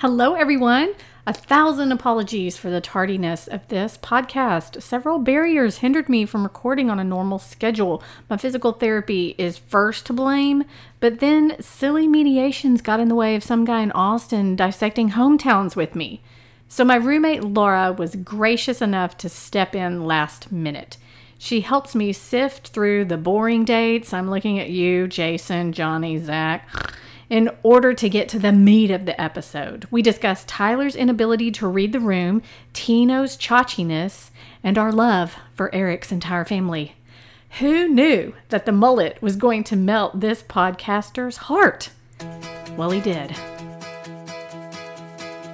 Hello, everyone. A thousand apologies for the tardiness of this podcast. Several barriers hindered me from recording on a normal schedule. My physical therapy is first to blame, but then silly mediations got in the way of some guy in Austin dissecting hometowns with me. So, my roommate Laura was gracious enough to step in last minute. She helps me sift through the boring dates. I'm looking at you, Jason, Johnny, Zach. In order to get to the meat of the episode, we discuss Tyler's inability to read the room, Tino's chauchiness, and our love for Eric's entire family. Who knew that the mullet was going to melt this podcaster's heart? Well, he did.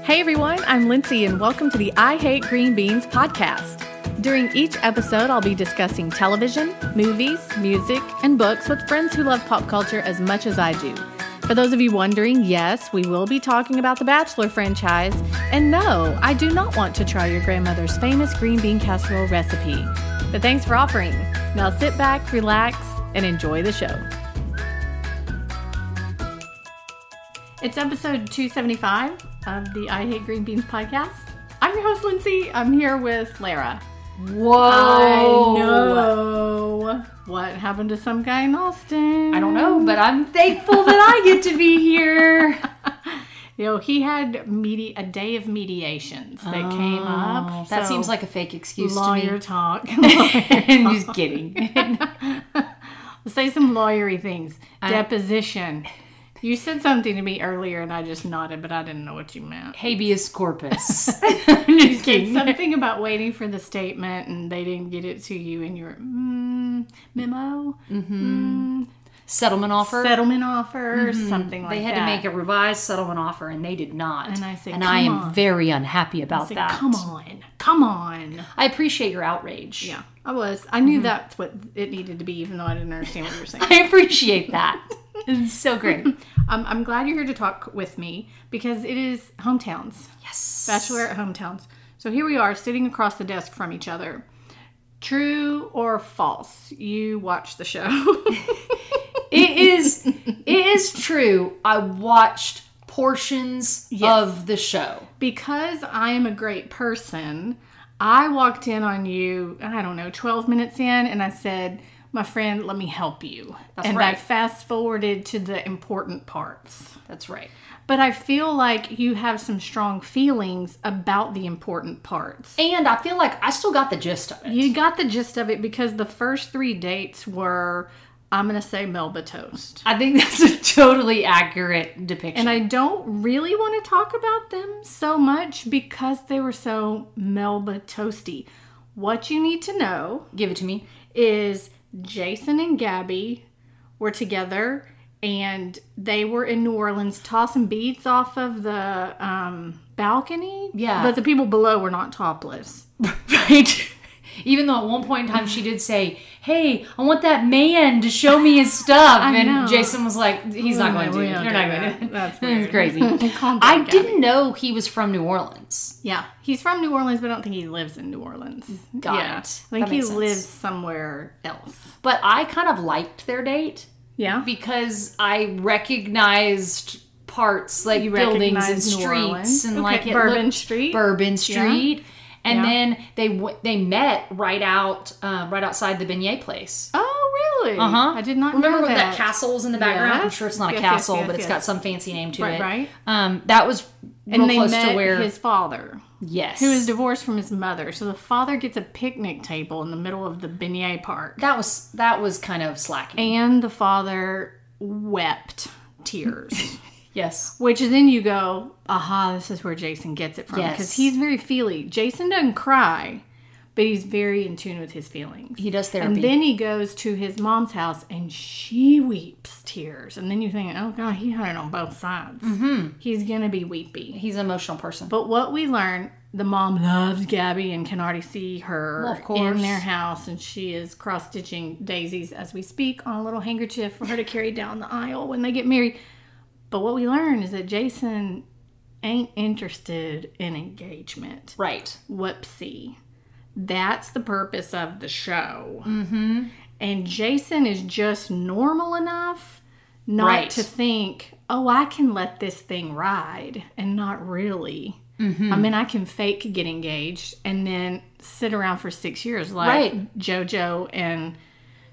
Hey everyone, I'm Lindsay and welcome to the I Hate Green Beans podcast. During each episode, I'll be discussing television, movies, music, and books with friends who love pop culture as much as I do. For those of you wondering, yes, we will be talking about the Bachelor franchise. And no, I do not want to try your grandmother's famous green bean casserole recipe. But thanks for offering. Now sit back, relax, and enjoy the show. It's episode 275 of the I Hate Green Beans podcast. I'm your host, Lindsay. I'm here with Lara. Whoa! I know what happened to some guy in Austin. I don't know, but I'm thankful that I get to be here. You know, he had medi- a day of mediations that came up. Oh, That so seems like a fake excuse lawyer to talk. me. I'm just kidding. Say some lawyery things. Deposition. You said something to me earlier, and I just nodded, but I didn't know what you meant. Habeas corpus. I'm just It's kidding. something about waiting for the statement, and they didn't get it to you, and you were mm, memo, Mm-hmm. Settlement offer. settlement offer, something like that. Mm-hmm. they had to make a revised settlement offer, and they did not. And I say, and I am "Come on." very unhappy about Say, that. Come on, come on. I appreciate your outrage. Yeah, I was. I Mm-hmm. knew that's what it needed to be, even though I didn't understand what you were saying. I appreciate that. it's so great. Um, I'm glad you're here to talk with me because it is hometowns, Yes. bachelor at hometowns. So here we are sitting across the desk from each other. True or false? You watch the show. it is it is true. I watched portions of the show. because I am a great person, I walked in on you, I don't know, 12 minutes in, and I said, My friend, let me help you. and I right. fast forwarded to the important parts. That's right. But I feel like you have some strong feelings about the important parts. And I feel like I still got the gist of it. You got the gist of it because the first three dates were, I'm going to say Melba Toast. I think that's a totally accurate depiction. And I don't really want to talk about them so much because they were so Melba Toasty. What you need to know Give it to me. is Jason and Gabby were together and they were in New Orleans tossing beads off of the um, balcony. Yeah. But the people below were not topless. Right. Even though at one point in time she did say, "Hey, I want that man to show me his stuff," and know. Jason was like, "He's not going to. we You're don't not do going to." that. That's It's weird. crazy. Calm down, I Gabby. didn't know he was from New Orleans. Yeah, he's from New Orleans, but I don't think he lives in New Orleans. Got yeah. it. I think That he makes sense. lives somewhere else. But I kind of liked their date Yeah. because I recognized parts like buildings and recognize New streets Orleans. and Okay, like it Bourbon looked- Street. Bourbon Street. And Yeah. then they w- they met right out uh, right outside the beignet place. Oh, really? Uh huh. I did not remember know when that. that castle was in the background. I'm Yes. sure it's not a Yes, yes, castle, yes, but it's yes. got some fancy name to Right, it. right. Um, that was real and they close met to where his father, yes, who is divorced from his mother. So the father gets a picnic table in the middle of the beignet park, that was that was kind of slacking. and the father wept tears. yes, Which then you go, aha, this is where Jason gets it from. Because Yes. he's very feely. Jason doesn't cry, but he's very in tune with his feelings. he does therapy. And then he goes to his mom's house and she weeps tears. And then you think, oh God, he had it on both sides. He's going to be weepy. He's an emotional person. But what we learn, the mom loves Gabby and can already see her Well, of course. in their house. And she is cross stitching daisies as we speak on a little handkerchief for her to carry down the aisle when they get married. But what we learn is that Jason ain't interested in engagement. right. Whoopsie. That's the purpose of the show. Mm-hmm. And Jason is just normal enough not Right. to think, oh, I can let this thing ride and not really. Mm-hmm. I mean, I can fake get engaged and then sit around for six years like Right. JoJo and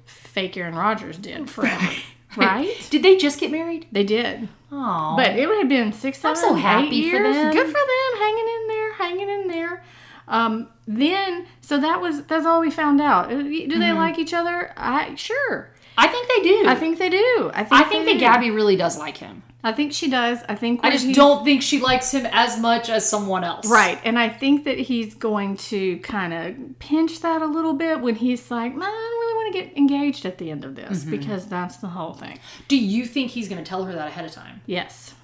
fake Aaron Rodgers did forever. right? Did they just get married? They did. Oh, But it would have been six. I'm so seven, eight happy for years. them. Good for them, hanging in there, hanging in there. Um, then, so that was that's all we found out. Uh, Do they Mm-hmm. like each other? I sure. I think they do. I think they do. I think I think they do. that Gabby really does like him. I think she does. I think I what just he's- don't think she likes him as much as someone else. Right, and I think that he's going to kind of pinch that a little bit when he's like, "Nah, "I don't really want to get engaged at the end of this Mm-hmm. because that's the whole thing." Do you think he's going to tell her that ahead of time? Yes,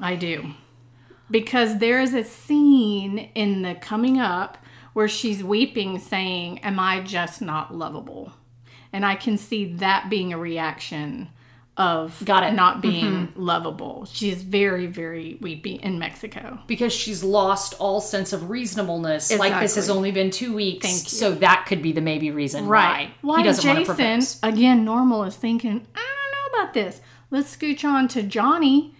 I do. Because there is a scene in the coming up where she's weeping, saying, Am I just not lovable? And I can see that being a reaction of Got it. Mm-hmm. not being lovable. She's very, very weepy in Mexico. Because she's lost all sense of reasonableness. Like this has Exactly. only been two weeks, Thank you. so that could be the maybe reason why, Why he doesn't want to Jason, propose. again, normal, is thinking, I don't know about this. Let's scooch on to Johnny.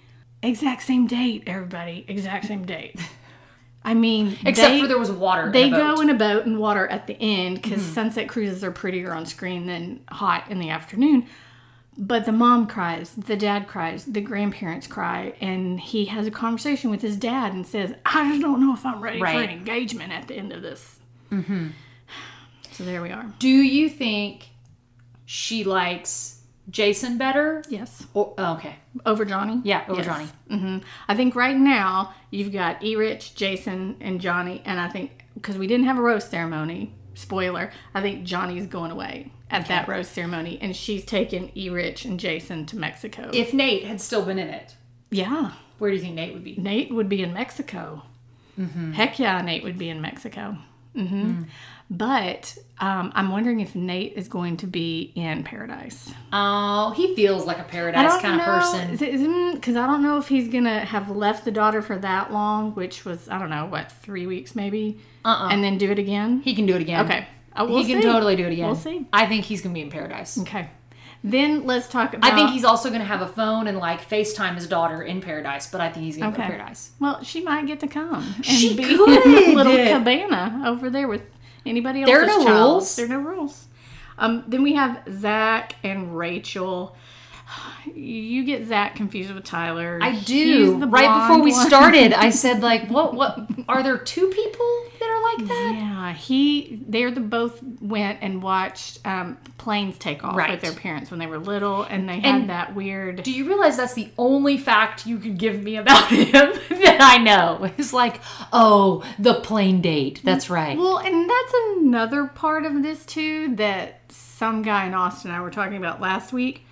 Exact same date, everybody. Exact same date. I mean, Except they- for there was water. They in the boat. Mm-hmm. go in a boat and water at the end because sunset cruises are prettier on screen than hot in the afternoon. But the mom cries, the dad cries, the grandparents cry, and he has a conversation with his dad and says, I just don't know if I'm ready for Right. an engagement at the end of this. Mm-hmm. So there we are. Do you think she likes Jason better? Yes. Or, oh, okay. Over Johnny? Yeah, over Yes. Johnny. hmm I think right now you've got E Rich, Jason, and Johnny. And I think because we didn't have a roast ceremony, spoiler, I think Johnny's going away at that roast ceremony. And she's taking E Rich and Jason to Mexico. If Nate had still been in it, yeah. where do you think Nate would be? Nate would be in Mexico. Heck yeah, Nate would be in Mexico. hmm But um, I'm wondering if Nate is going to be in Paradise. Oh, he feels like a I paradise don't kind of person. know. Because I don't know if he's gonna have left the daughter for that long, which was I don't know what three weeks maybe, Uh-uh. and then do it again. He can do it again. Okay, Uh, I He can totally do it again. We'll see. I think he's going to be in paradise. Okay, then let's talk about. I think he's also going to have a phone and like FaceTime his daughter in paradise, but I think he's going to Okay. go to paradise. Well, she might get to come. And She be could. in a little cabana over there with anybody else. There are no child. rules. There are no rules. Um, then we have Zach and Rachel. You get Zach confused with Tyler. I He's do. the Right before blonde we one. started, I said like, "What? What? Are there two people that are like that?" Yeah, he. They're the both went and watched um, planes take off Right. with their parents when they were little, and they had And that weird. Do you realize that's the only fact you could give me about him that I know? It's like, oh, the plane date. That's right. well, and that's another part of this too that some guy in Austin and I were talking about last week.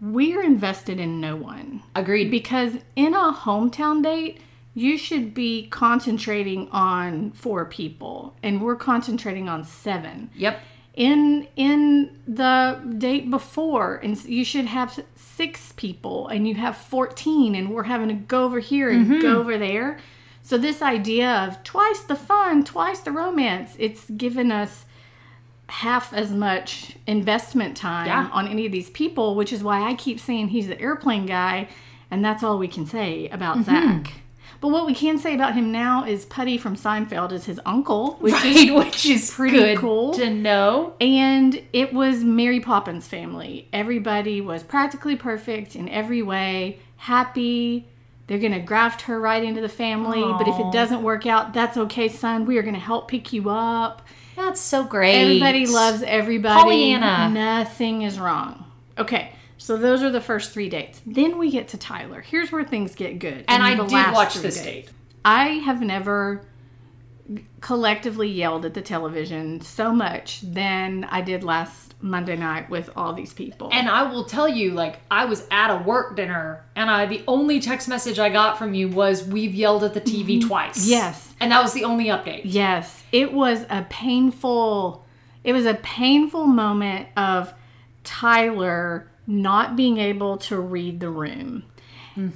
We're invested in no one Agreed. because in a hometown date. You should be concentrating on four people, and we're concentrating on seven. yep. in in the date before and s- you should have six people and you have 14 and we're having to go over here and go over there so this idea of twice the fun twice the romance it's given us half as much investment time Yeah. on any of these people which is why i keep saying he's the airplane guy and that's all we can say about zach but what we can say about him now is putty from seinfeld is his uncle which is Right, which is pretty pretty good cool. to know. and it was Mary Poppins family. Everybody was practically perfect in every way, happy. They're going to graft her right into the family, but if it doesn't work out, that's okay, son. We are going to help pick you up. That's so great. Everybody loves everybody. Pollyanna. Nothing is wrong. Okay. So those are the first 3 dates. Then we get to Tyler. Here's where things get good. in And I the did last watch three this dates. date. I have never collectively yelled at the television so much than I did last Monday night with all these people. And I will tell you, like, I was at a work dinner, and I the only text message I got from you was, "We've yelled at the TV twice." Mm-hmm. Yes. and that was the only update. yes, it was a painful it was a painful moment of Tyler not being able to read the room.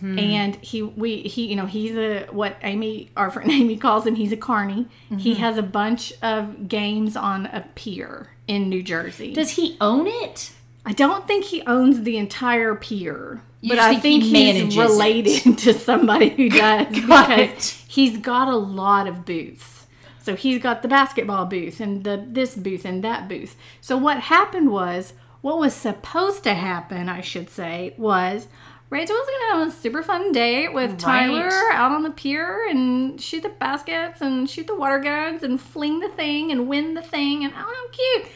And he, we, he, you know, he's a what Amy, our friend Amy calls him. He's a carny. He has a bunch of games on a pier in New Jersey. Does he own it? I don't think he owns the entire pier, You but just I think, think he he's manages it. related to somebody who does Got because it. he's got a lot of booths. So he's got the basketball booth and the this booth and that booth. So what happened was, what was supposed to happen, I should say, was Rachel was gonna have a super fun date with Tyler out on the pier and shoot the baskets and shoot the water guns and fling the thing and win the thing and oh, how cute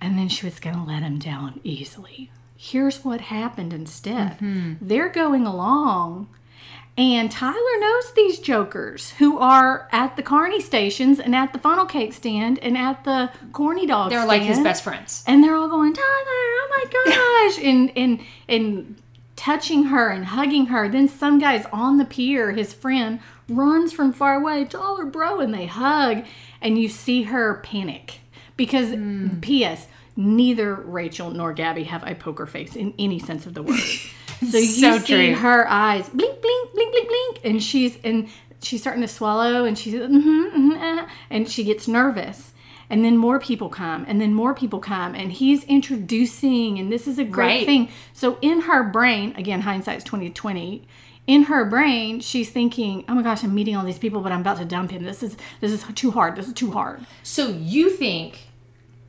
and then she was going to let him down easily. Here's what happened instead Mm-hmm. they're going along, and Tyler knows these jokers who are at the carny stations and at the funnel cake stand and at the corny dog They're stand. like his best friends. And they're all going, Tyler, oh my gosh, and, and, and touching her and hugging her. Then some guy's on the pier, his friend runs from far away, Tyler, bro, and they hug. And you see her panic. Because, Hmm. P.S., neither Rachel nor Gabby have a poker face in any sense of the word. So you So see true. her eyes blink, blink, blink, blink, blink, and she's and she's starting to swallow, and she's mm-hmm, and she gets nervous, and then more people come, and then more people come, and he's introducing, and this is a great Right. thing. So in her brain, again, hindsight's twenty twenty. In her brain, she's thinking, "Oh my gosh, I'm meeting all these people, but I'm about to dump him. This is this is too hard. This is too hard." So you think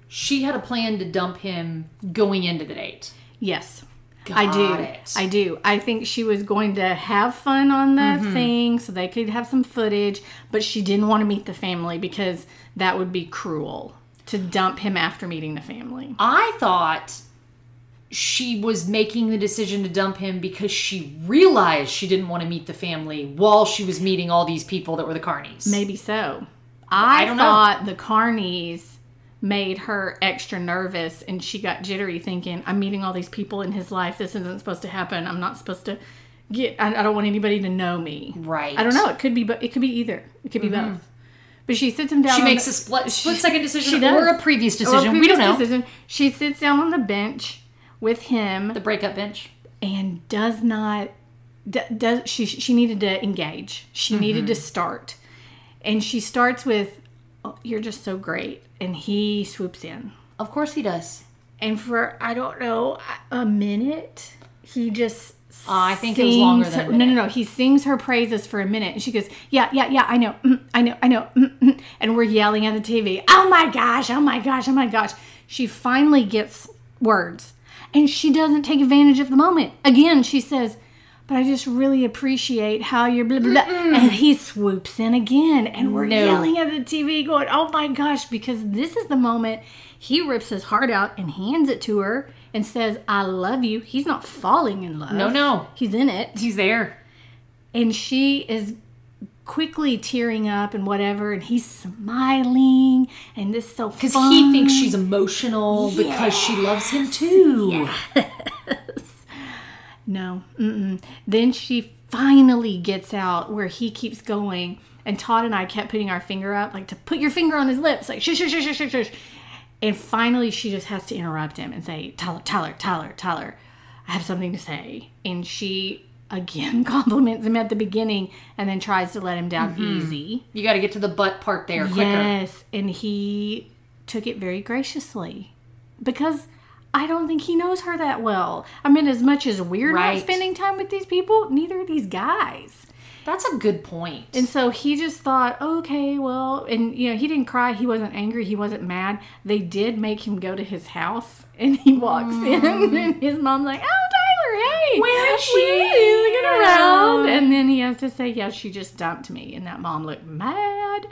she had a plan to dump him going into the date? Yes. I do. Got it. I do. I think she was going to have fun on that Mm-hmm. thing so they could have some footage, but she didn't want to meet the family because that would be cruel to dump him after meeting the family. I thought she was making the decision to dump him because she realized she didn't want to meet the family while she was meeting all these people that were the carnies. Maybe so. I, I don't know. thought the Carneys made her extra nervous and she got jittery thinking, I'm meeting all these people in his life. This isn't supposed to happen. I'm not supposed to get, I, I don't want anybody to know me. Right. I don't know. It could be, but it could be either. It could be both. But she sits him down. Mm-hmm. She on makes the- a split, split second Um, she decision does. or a previous or a decision. we previous don't know. decision. She sits down on the bench with him The breakup bench. and does not. d- Does she? She needed to engage. She Mm-hmm. needed to start, and she starts with, oh, "You're just so great," and he swoops in. Of course he does. And for I don't know a minute, he just. I think it was longer sings than a her- no, no, no. He sings her praises for a minute, and she goes, "Yeah, yeah, yeah. I know, mm, I know, I know." Mm, mm. And we're yelling at the TV. Oh my gosh! Oh my gosh! Oh my gosh! She finally gets words, and she doesn't take advantage of the moment. Again, she says, "But I just really appreciate how you're blah blah." blah. And he swoops in again, and we're No. yelling at the TV, going, "Oh my gosh!" Because this is the moment he rips his heart out and hands it to her. And says, I love you. He's not falling in love. No, no. He's in it. He's there. And she is quickly tearing up and whatever. And he's smiling. And this is so Because fun. he thinks she's Um, emotional because she loves him too. No. Mm-mm. Then she finally gets out where he keeps going. And Todd and I kept putting our finger up, like to put your finger on his lips, like shush, shush, shush, shush, shush, shush. And finally, she just has to interrupt him and say, Tyler, Tyler, Tyler, Tyler, I have something to say. And she again compliments him at the beginning and then tries to let him down easy. You got to get to the butt part there quicker. Yes, and he took it very graciously because I don't think he knows her that well. I mean, as much as we're Right. not spending time with these people, neither are these guys. That's a good point. And so he just thought, okay, well, and you know, he didn't cry. He wasn't angry. He wasn't mad. They did make him go to his house, and he walks in, and his mom's like, oh, Tyler, hey, Mm. Where is we- she? Look around. And then he has to say, yeah, she just dumped me. And that mom looked mad.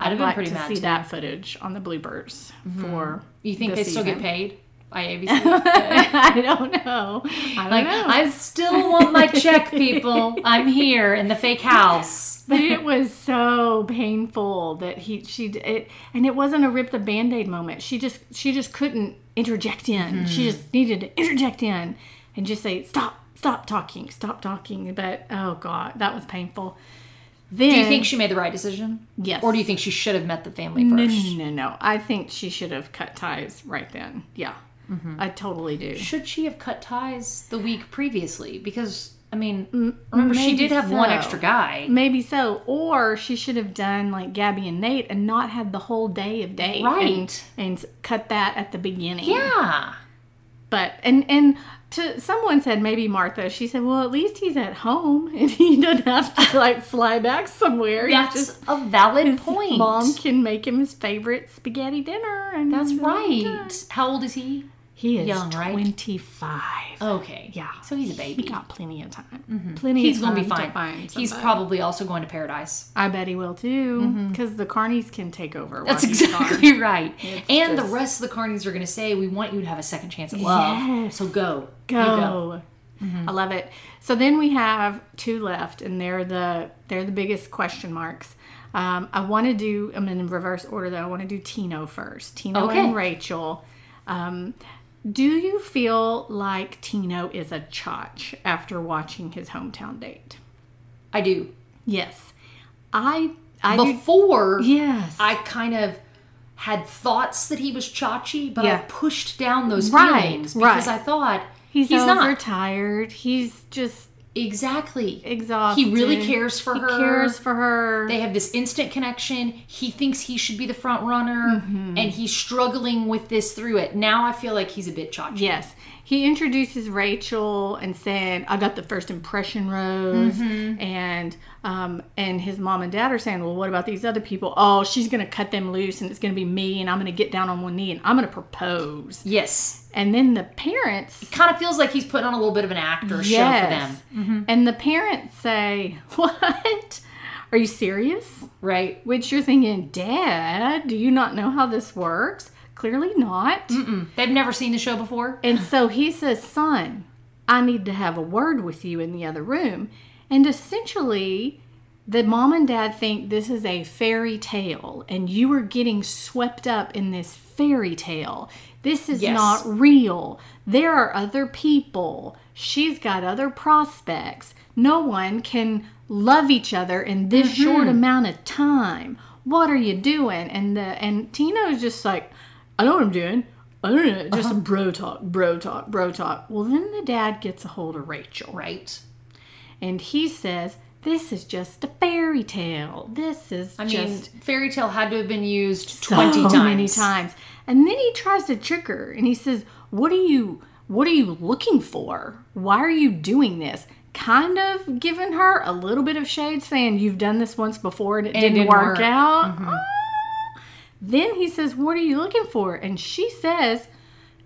I'd have I'd been like pretty to mad. see too. Mm-hmm. that footage on the bloopers for. You think they this still get season. paid by ABC? I don't know. I don't like, know. I still want my check, people. I'm here in the fake house. but it was so painful that he she d- it and it wasn't a rip the band-aid moment she just she just couldn't interject in she Hmm. just needed to interject in and just say stop stop talking stop talking but oh god that was painful then Do you think she made the right decision? yes Or do you think she should have met the family first? no, no no no no i think she should have cut ties right then yeah Mm-hmm. i totally do Should she have cut ties the week previously? Because, I mean, remember, she Mm, maybe did have one so. Mm. extra guy. Maybe so. Or she should have done like Gabby and Nate and not had the whole day of date. Right. And, and cut that at the beginning. Yeah. But and and to someone said maybe Martha. She said, "Well, at least he's at home and he doesn't have to like fly back somewhere. He That's just a valid his point. mom can make him his favorite spaghetti dinner." And That's he's really good. right. How old is he? He is Young, right? twenty-five. Okay. Yeah, So he's a baby. Mm-hmm. He got plenty of time. Plenty. He's of gonna time be fine. To find he's somebody. probably also going to paradise. I bet he will too, because the carnies can take over. Mm-hmm. That's while he's gone. exactly right. It's and just- the rest of the carnies are going to say, "We want you to have a second chance at love. Yes. So go, Mm-hmm. You go. Oh. I love it. So then we have two left, and they're the they're the biggest question marks. Um, I want to do them in reverse order though. I want to do Tino first. Tino Okay. and Rachel. Um, do you feel like Tino is a chotch after watching his hometown date? I do. Yes, I. I do. Before, Yes, I kind of had thoughts that he was chachi, but I Yeah. pushed down those Right, feelings because right. I thought he's, he's not. overtired. He's just exactly. exhausted. He really cares for He her. cares for her. They have this instant connection. He thinks he should be the front runner, Mm-hmm. and he's struggling with this through it. Now I feel like he's a bit chachi. Yes. He introduces Rachel and said, I got the first impression rose. Mm-hmm. And um, and his mom and dad are saying, Well, what about these other people? Oh, she's going to cut them loose and it's going to be me and I'm going to get down on one knee and I'm going to propose. Yes. And then the parents. Kind of feels like he's putting on a little bit of an actor show Yes. for them, Mm-hmm. And the parents say, What? Are you serious? right? Which you're thinking, Dad, do you not know how this works? Clearly not. Mm-mm. Hmm. They've never seen the show before. And so he says, Son, I need to have a word with you in the other room. And essentially, the mom and dad think this is a fairy tale, and you are getting swept up in this fairy tale. This is Yes. not real. There are other people. She's got other prospects. No one can love each other in this Mm-hmm. short amount of time. What are you doing? And the and Tino is just like, I know what I'm doing. I don't know. Just Uh-huh. bro talk, bro talk, bro talk. Well, then the dad gets a hold of Rachel Right. and he says, "This is just a fairy tale. This is I mean, just fairy tale had to have been used so twenty times. Oh, many times." And then he tries to trick her, and he says, "What are you? What are you looking for? Why are you doing this?" Kind of giving her a little bit of shade, saying, "You've done this once before, and it, didn't, didn't work, work. Mm-hmm. out." Ah. Then he says, "What are you looking for?" And she says,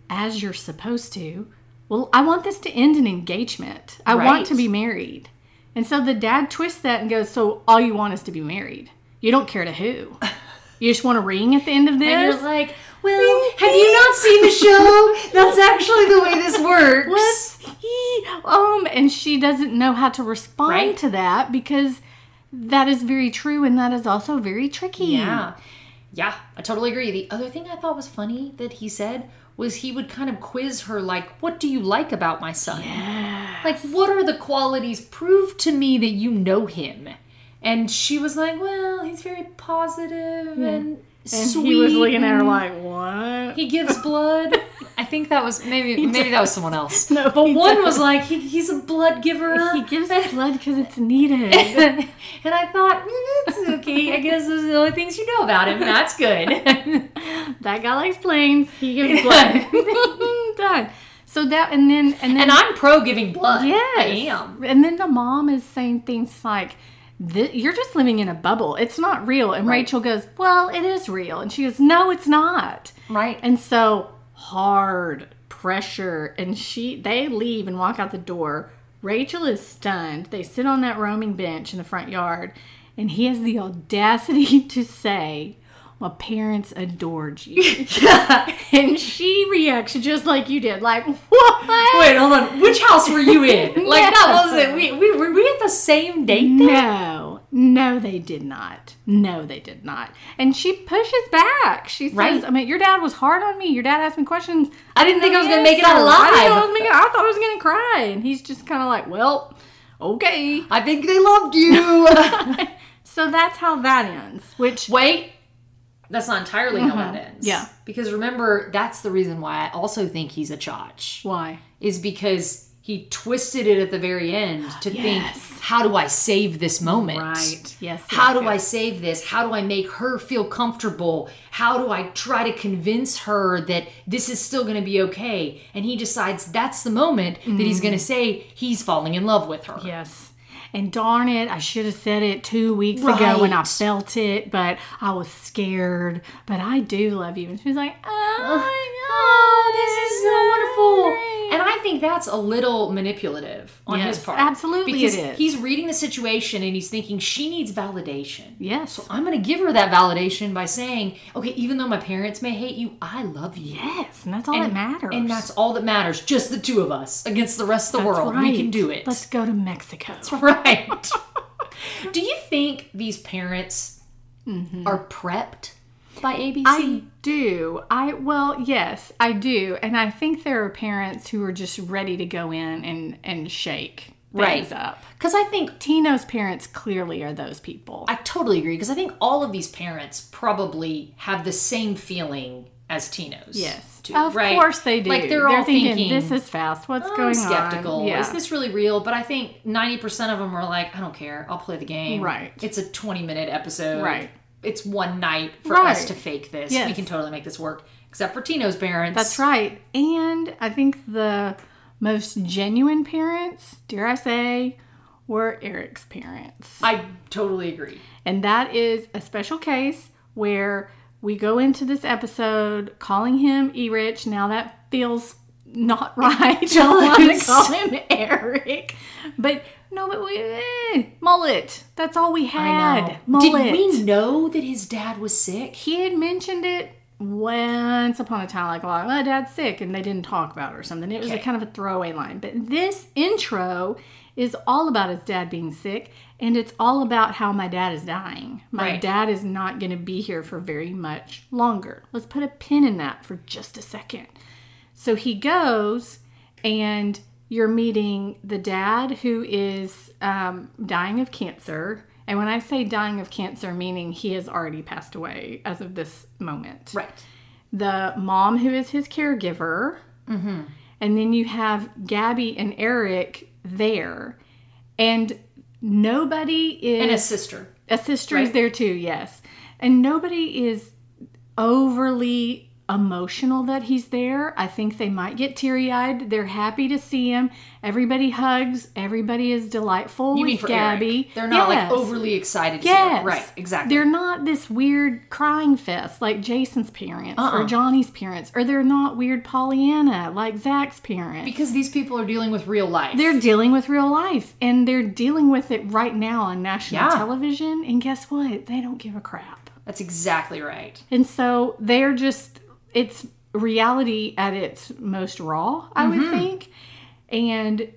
"As you're supposed to." Well, I want this to end in engagement. I Right. want to be married. And so the dad twists that and goes, So all you want is to be married. You don't care to who. You just want a ring at the end of And this? you're like, well, have you not seen the show? That's actually the way this works. What's he? Um, and she doesn't know how to respond Right. to that because that is very true and that is also very tricky. Yeah. Yeah, I totally agree. The other thing I thought was funny that he said was he would kind of quiz her, like, what do you like about my son? Like, what are the qualities? Prove to me that you know him. And she was like, well, he's very positive and, And sweet. he was looking at her and like, What? He gives blood. I think that was maybe maybe that was someone else. No, but he one does. was like he, he's a blood giver. he gives the blood because it's needed. and I thought, "Mm, that's okay. I guess those are the only things you know about him. That's good. that guy likes planes. He gives blood. Done. So that and then and then and I'm pro giving blood. Yes. I am. And then the mom is saying things like, "Th- You're just living in a bubble. It's not real. And Rachel goes, Well, it is real. And she goes, No, it's not. Right. And so hard pressure. And she they leave and walk out the door. Rachel is stunned. They sit on that roaming bench in the front yard, and he has the audacity to say, My parents adored you. and she reacts just like you did, like, What? Wait, hold on. Which house were you in? Like that No. wasn't we, we were we at the same date then? No, no, they did not. No, they did not. And she pushes back. She says, Right. "I mean, your dad was hard on me. Your dad asked me questions. I didn't think I was gonna make it out alive. I, didn't know I, was making, I thought I was gonna cry." And he's just kind of like, "Well, okay." I think they loved you. So that's how that ends. Which Wait. That's not entirely how that Mm-hmm. ends. Yeah. Because remember, that's the reason why I also think he's a chotch. why? is because he he twisted it at the very end to think, how do I save this moment? Right. Yes. How yes, do I save this? How do I make her feel comfortable? How do I try to convince her that this is still going to be okay? And he decides that's the moment that Mm. he's going to say he's falling in love with her. Yes. And darn it, I should have said it two weeks ago when I Right. felt it, but I was scared. But I do love you. And she's like, oh, Oh, this is so wonderful. And I think that's a little manipulative on Yes, his part. absolutely it because is. He's reading the situation and he's thinking she needs validation. Yes. I'm going to give her that validation by saying, okay, even though my parents may hate you, I love you. yes. And that's all that matters. And that's all that matters. Just the two of us against the rest of the That's world. We can right. do it. Let's go to Mexico. right. do you think these parents are prepped by ABC? Mm-hmm. I do. I well, yes, I do. And I think there are parents who are just ready to go in and and shake things Right. up. Because I think Tino's parents clearly are those people. I totally agree because I think all of these parents probably have the same feeling as Tino's. Yes, too, of right? course they do. Like they're, all thinking, "Oh, this is fast. What's I'm going skeptical. on? Yeah. Is this really real? But I think 90% of them are like, I don't care. I'll play the game. Right. It's a 20 minute episode. Right. It's one night for Right. us to fake this. Yes. We can totally make this work. Except for Tino's parents. That's right. And I think the most genuine parents, dare I say, were Eric's parents. I totally agree. And that is a special case where we go into this episode calling him E Rich. Now that feels not right. Don't want to does. call him Eric. But no, but we eh, mullet. That's all we had. Mullet. Did we know that his dad was sick? he had mentioned it once upon a time, like, well, my dad's sick, and they didn't talk about it or something. It was a Okay. kind of a throwaway line. But this intro is all about his dad being sick, and it's all about how my dad is dying. My Right. dad is not going to be here for very much longer. Let's put a pin in that for just a second. So he goes, and you're meeting the dad who is um, dying of cancer. And when I say dying of cancer, meaning he has already passed away as of this moment. Right. The mom who is his caregiver. Mm-hmm. And then you have Gabby and Eric there. And nobody is And his sister. a sister is Right. there too, yes. And nobody is overly emotional that he's there. I think they might get teary eyed. They're happy to see him. Everybody hugs. Everybody is delightful You with mean for Gabby. Eric. They're not Yes. like overly excited. to see him. Yes. Right. Exactly. They're not this weird crying fest like Jason's parents Uh-uh. or Johnny's parents, or they're not weird Pollyanna like Zach's parents. because these people are dealing with real life. They're dealing with real life and they're dealing with it right now on national Yeah. television. And guess what? They don't give a crap. That's exactly right. And so they're just, it's reality at its most raw, I would think. And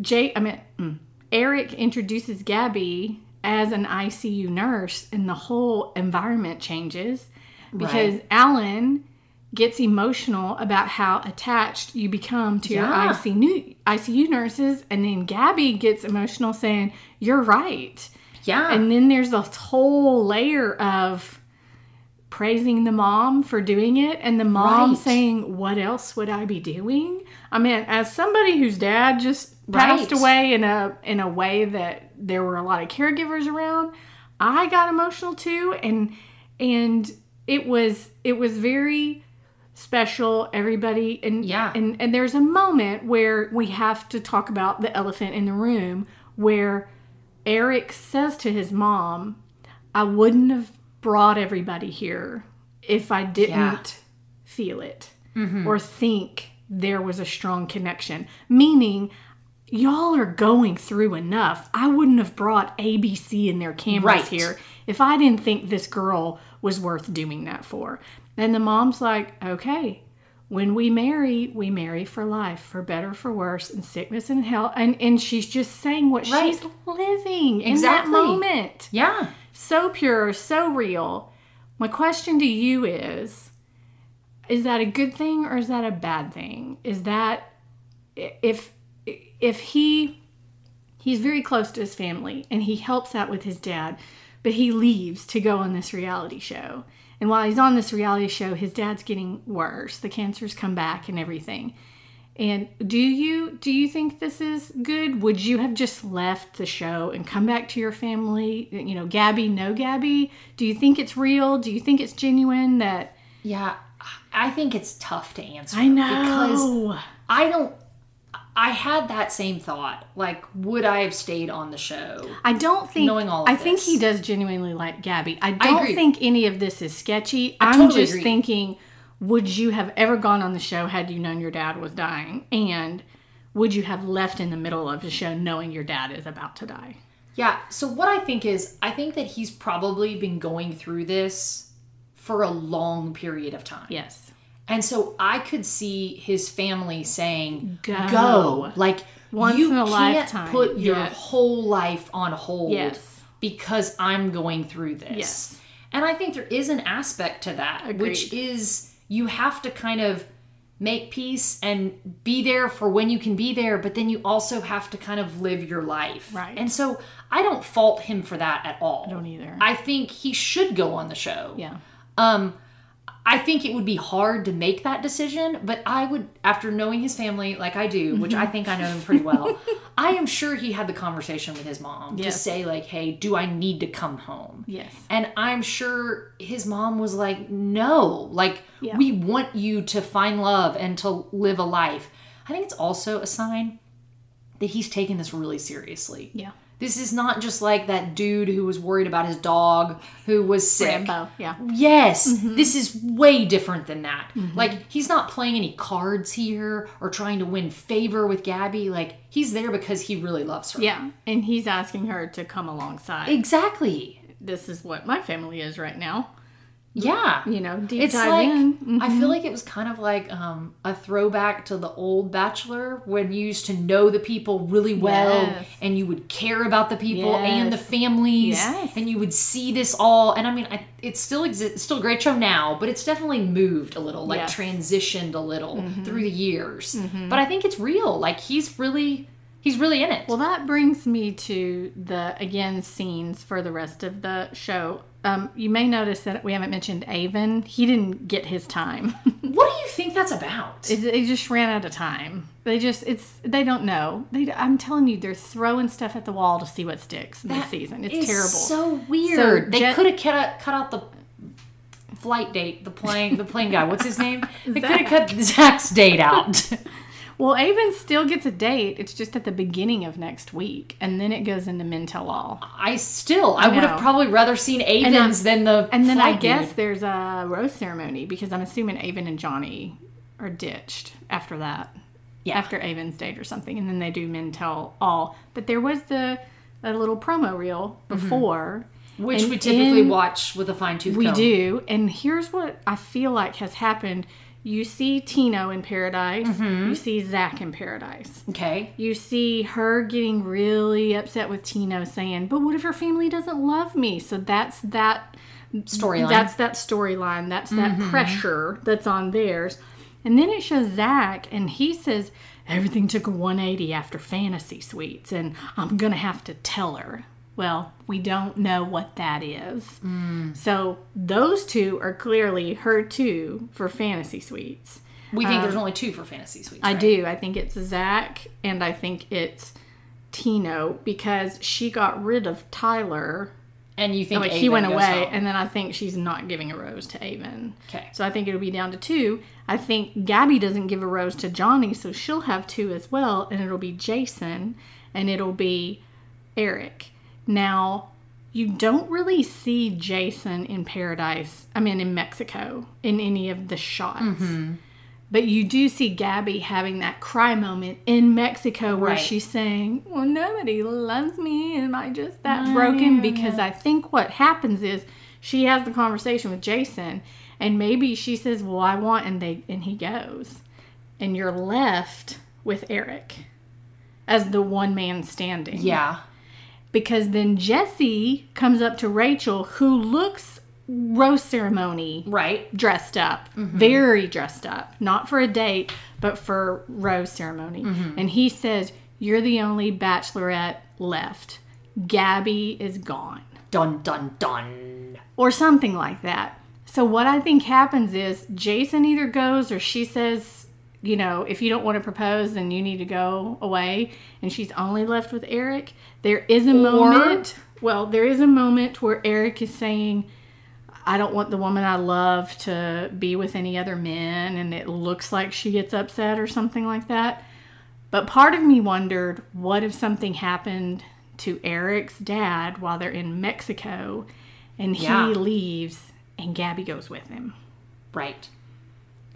Jay, I mean, mm, Eric introduces Gabby as an ICU nurse, and the whole environment changes because Alan gets emotional about how attached you become to Yeah. your ICU, ICU nurses. And then Gabby gets emotional saying, You're right. Yeah. And then there's this whole layer of praising the mom for doing it and the mom Right. saying, What else would I be doing? I mean, as somebody whose dad just passed Right. away in a in a way that there were a lot of caregivers around, I got emotional too and and it was it was very special everybody and Yeah. and and there's a moment where we have to talk about the elephant in the room where Eric says to his mom, I wouldn't have brought everybody here if I didn't Yeah. Mm-hmm. feel it or think there was a strong connection. Meaning, y'all are going through enough. I wouldn't have brought ABC and their cameras Right. here if I didn't think this girl was worth doing that for. And the mom's like, okay. When we marry, we marry for life, for better, for worse, in sickness and health. And and she's just saying what Right. she's living Exactly. in that moment. yeah. So pure, so real. My question to you is is that a good thing or is that a bad thing? Is that if if he he's very close to his family and he helps out with his dad, but he leaves to go on this reality show. And while he's on this reality show, his dad's getting worse. The cancer's come back and everything. And do you do you think this is good? Would you have just left the show and come back to your family? You know, Gabby, no Gabby. Do you think it's real? Do you think it's genuine? That Yeah, I think it's tough to answer. I because know I don't. I had that same thought. Like, would I have stayed on the show? I don't think knowing all of I think this. he does genuinely like Gabby. I don't agree. think any of this is sketchy. I am totally just agree. thinking, would you have ever gone on the show had you known your dad was dying? And would you have left in the middle of the show knowing your dad is about to die? Yeah. So what I think is, I think that he's probably been going through this for a long period of time. Yes. And so I could see his family saying, Go. go. Like, Once you in a can't lifetime. put your Yes. whole life on hold Yes. because I'm going through this. Yes. And I think there is an aspect to that, which Agreed. is you have to kind of make peace and be there for when you can be there, but then you also have to kind of live your life. Right. And so I don't fault him for that at all. I Don't either. I think he should go on the show. yeah. Um, I think it would be hard to make that decision, but I would, after knowing his family like I do, which Mm-hmm. I think I know him pretty well, I am sure he had the conversation with his mom to Yes. say, like, hey, do I need to come home? Yes. And I'm sure his mom was like, no, like, Yeah. we want you to find love and to live a life. I think it's also a sign that he's taking this really seriously. Yeah. This is not just like that dude who was worried about his dog who was sick. Rambo. Yeah. Yes, this is way different than that. Like, he's not playing any cards here or trying to win favor with Gabby. Like, he's there because he really loves her. Yeah. And he's asking her to come alongside. Exactly. this is what my family is right now. Yeah. You know, deep It's dive like, in. Mm-hmm. I feel like it was kind of like um, a throwback to the old Bachelor when you used to know the people really well Yes. and you would care about the people and the Yes. families Yes. and you would see this all. And I mean, I, it still exists, it's still a great show now, but it's definitely moved a little, like Yes. Mm-hmm. transitioned a little through the years. But I think it's real. Like he's really, he's really in it. Well, that brings me to the again scenes for the rest of the show. Um, you may notice that we haven't mentioned Avon. He didn't get his time. what do you think that's about? It- they just ran out of time. They just it's they don't know. They I'm telling you, they're throwing stuff at the wall to see what sticks in this season. It's It's terrible. So weird. they Jet- could have cut out, cut out the flight date, the plane, the plane guy. What's his name? They could have cut Zach's date out. well, Avon still gets a date. It's just at the beginning of next week, and then it goes into men tell all. I still, I, would know. have probably rather seen Avens than the. And then I flight guess dude. there's a rose ceremony because I'm assuming Avon and Johnny are ditched after that. Yeah. After Avon's date or something. And then they do men tell all. But there was the a little promo reel Mm-hmm. before. which and we typically in- watch with a fine tooth We comb. do. And here's what I feel like has happened. You see Tino in paradise. Mm-hmm. You see Zach in paradise. Okay. You see her getting really upset with Tino saying, But what if her family doesn't love me? So that's that Storyline. Mm-hmm. that's that storyline. That's that pressure that's on theirs. And then it shows Zach, and he says, Everything took a 180 after Fantasy Suites, and I'm going to have to tell her. Well, we don't know what that is. Mm. So those two are clearly her two for Fantasy Suites. We think there's only two for fantasy suites. um, I right? do. I think it's Zach, and I think it's Tino because she got rid of Tyler And you think like Aven he went goes away, home. and then I think she's not giving a rose to Avon. Okay. So I think it'll be down to two. I think Gabby doesn't give a rose to Johnny, so she'll have two as well, and it'll be Jason, and it'll be Eric. Now, you don't really see Jason in Paradise. I mean, in Mexico, in any of the shots. But you do see Gabby having that cry moment in Mexico where Right. she's saying, Well, nobody loves me. Am I just that broken? Because I think what happens is she has the conversation with Jason and maybe she says, Well, I want and they and he goes. And you're left with Eric as the one man standing Yeah. because then Jesse comes up to Rachel, who looks rose ceremony Right. dressed up, very dressed up, not for a date, but for rose ceremony. And he says, You're the only bachelorette left. Gabby is gone, Dun dun dun. or something like that. So, what I think happens is Jason either goes or she says, you know, if you don't want to propose, then you need to go away. And she's only left with Eric. There is a moment. Well, there is a moment where Eric is saying, I don't want the woman I love to be with any other men, and it looks like she gets upset or something like that. But part of me wondered what if something happened to Eric's dad while they're in Mexico and he Yeah. leaves and Gabby goes with him. Right.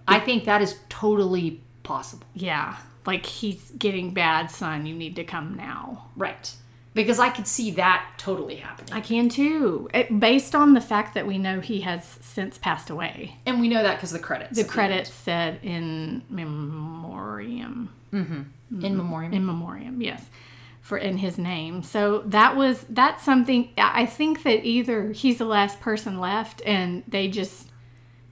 I think that is totally possible. Yeah. Like he's getting bad, son. You need to come now. Right. Because I could see that totally happening. I can too. It, based on the fact that we know he has since passed away. And we know that because the credits. The credits said in memoriam. in memoriam. in memoriam yes for in his name so that was that's something i I think that either he's the last person left and they just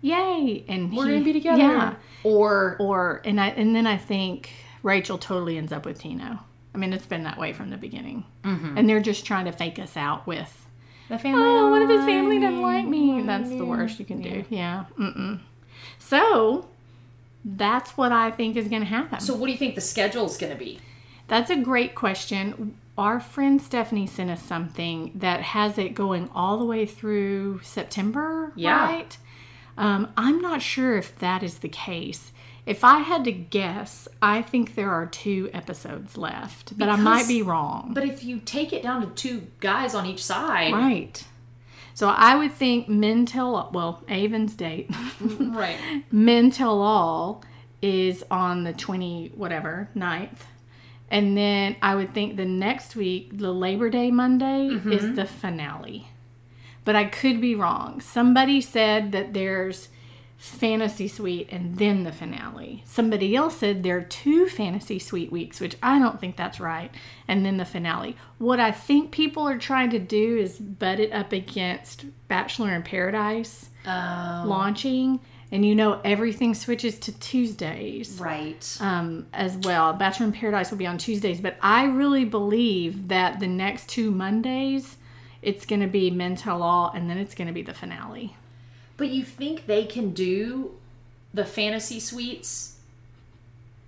yay and We're he- going to be together. yeah Or, or and i and then i think rachel totally ends up with tino i mean it's been that way from the beginning Mm-hmm. and they're just trying to fake us out with the family. oh what if his family doesn't like me that's the worst you can do yeah Mm-mm. so that's what i think is going to happen So what do you think the schedule's going to be? That's a great question. Our friend Stephanie sent us something that has it going all the way through September, Yeah. right? Um, I'm not sure if that is the case. If I had to guess, I think there are two episodes left, but I might Because- be wrong. But if you take it down to two guys on each side, Right. So I would think Men Tell well, Avon's date, right. Men Tell All is on the 20 whatever, 9th. And then I would think the next week, the Labor Day Monday, is the finale. But I could be wrong. Somebody said that there's Fantasy Suite and then the finale. Somebody else said there are two Fantasy Suite weeks, which I don't think that's right, and then the finale. What I think people are trying to do is butt it up against Bachelor in Paradise Uh, launching. And you know, everything switches to Tuesdays Right. um, as well. Bachelor in Paradise will be on Tuesdays, but I really believe that the next two Mondays, it's going to be Men Tell All, and then it's going to be the finale. But you think they can do the fantasy suites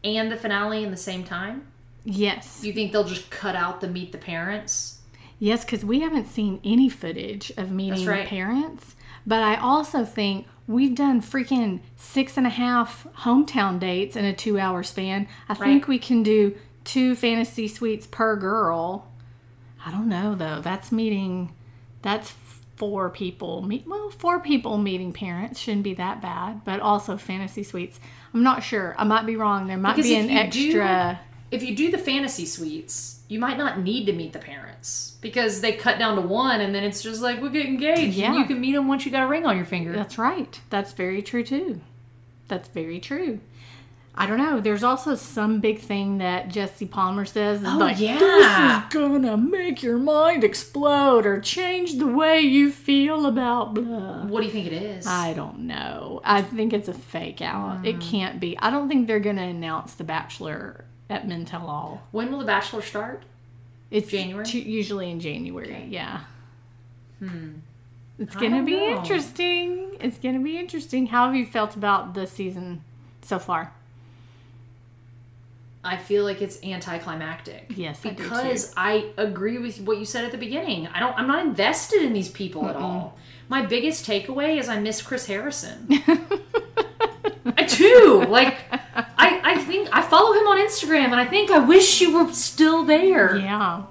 and the finale in the same time? Yes, Do you think they'll just cut out the meet the parents? yes, because we haven't seen any footage of meeting That's right. parents, but I also think we've done freaking six and a half hometown dates in a two-hour span. I think we can do two fantasy suites per girl. I don't know though. That's meeting. That's four people. Meet well, four people meeting parents shouldn't be that bad. But also fantasy suites. I'm not sure. I might be wrong. There might Because be if an you extra. If you do the fantasy suites, you might not need to meet the parents because they cut down to one and then it's just like we'll get engaged and Yeah. you can meet them once you got a ring on your finger. That's right. That's very true too. That's very true. I don't know. There's also some big thing that Jesse Palmer says. is Oh, like, yeah. This is gonna make your mind explode or change the way you feel about blah. what do you think it is? I don't know. I think it's a fake out. Mm. It can't be. I don't think they're going to announce The Bachelor at Men Tell All. when will the bachelor start? It's January? tu- usually in January. Yeah. Hmm. It's I going to don't be know. interesting. It's going to be interesting. How have you felt about the season so far? I feel like it's anticlimactic. Yes, I do, too. because I agree with what you said at the beginning. I don't. I'm not invested in these people at all. My biggest takeaway is I miss Chris Harrison. I do. Like, I I think I follow him on Instagram, and I think I wish you were still there. Yeah.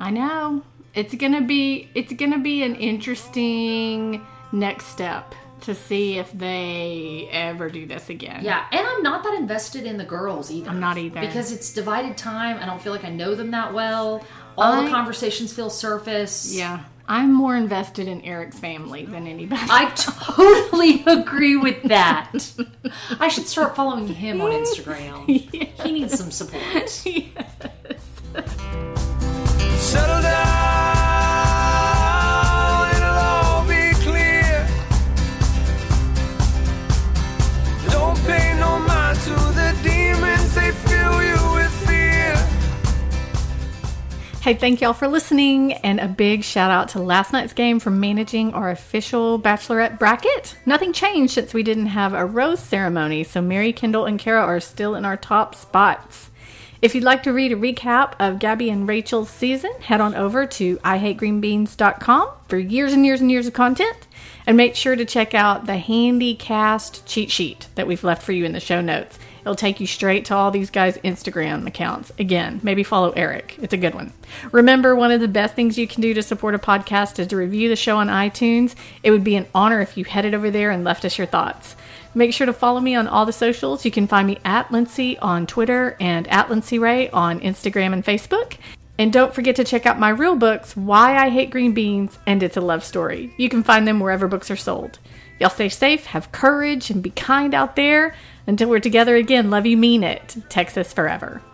I know. It's going to be it's going to be an interesting next step to see if they ever do this again. Yeah, and I'm not that invested in the girls either. I'm not either. because it's divided time. I don't feel like I know them that well. All I- the conversations feel surface. Yeah. I'm more invested in Eric's family than anybody. I totally agree with that. I should start following him on Instagram. He needs some support. Settle down, it'll all be clear. Don't pay no mind to the demons, they fill you with fear. Hey, thank y'all for listening, and a big shout out to last night's game for managing our official bachelorette bracket. Nothing changed since we didn't have a rose ceremony, so Mary, Kendall, and Kara are still in our top spots. If you'd like to read a recap of Gabby and Rachel's season, head on over to ihategreenbeans.com for years and years and years of content. And make sure to check out the handy cast cheat sheet that we've left for you in the show notes. It'll take you straight to all these guys' Instagram accounts. Again, maybe follow Eric. It's a good one. Remember, one of the best things you can do to support a podcast is to review the show on iTunes. It would be an honor if you headed over there and left us your thoughts. Make sure to follow me on all the socials. You can find me at Lindsay on Twitter and at Lindsay Ray on Instagram and Facebook. And don't forget to check out my real books, Why I Hate Green Beans and It's a Love Story. You can find them wherever books are sold. Y'all stay safe, have courage, and be kind out there. Until we're together again, love you, mean it. Texas forever. Oh, oh,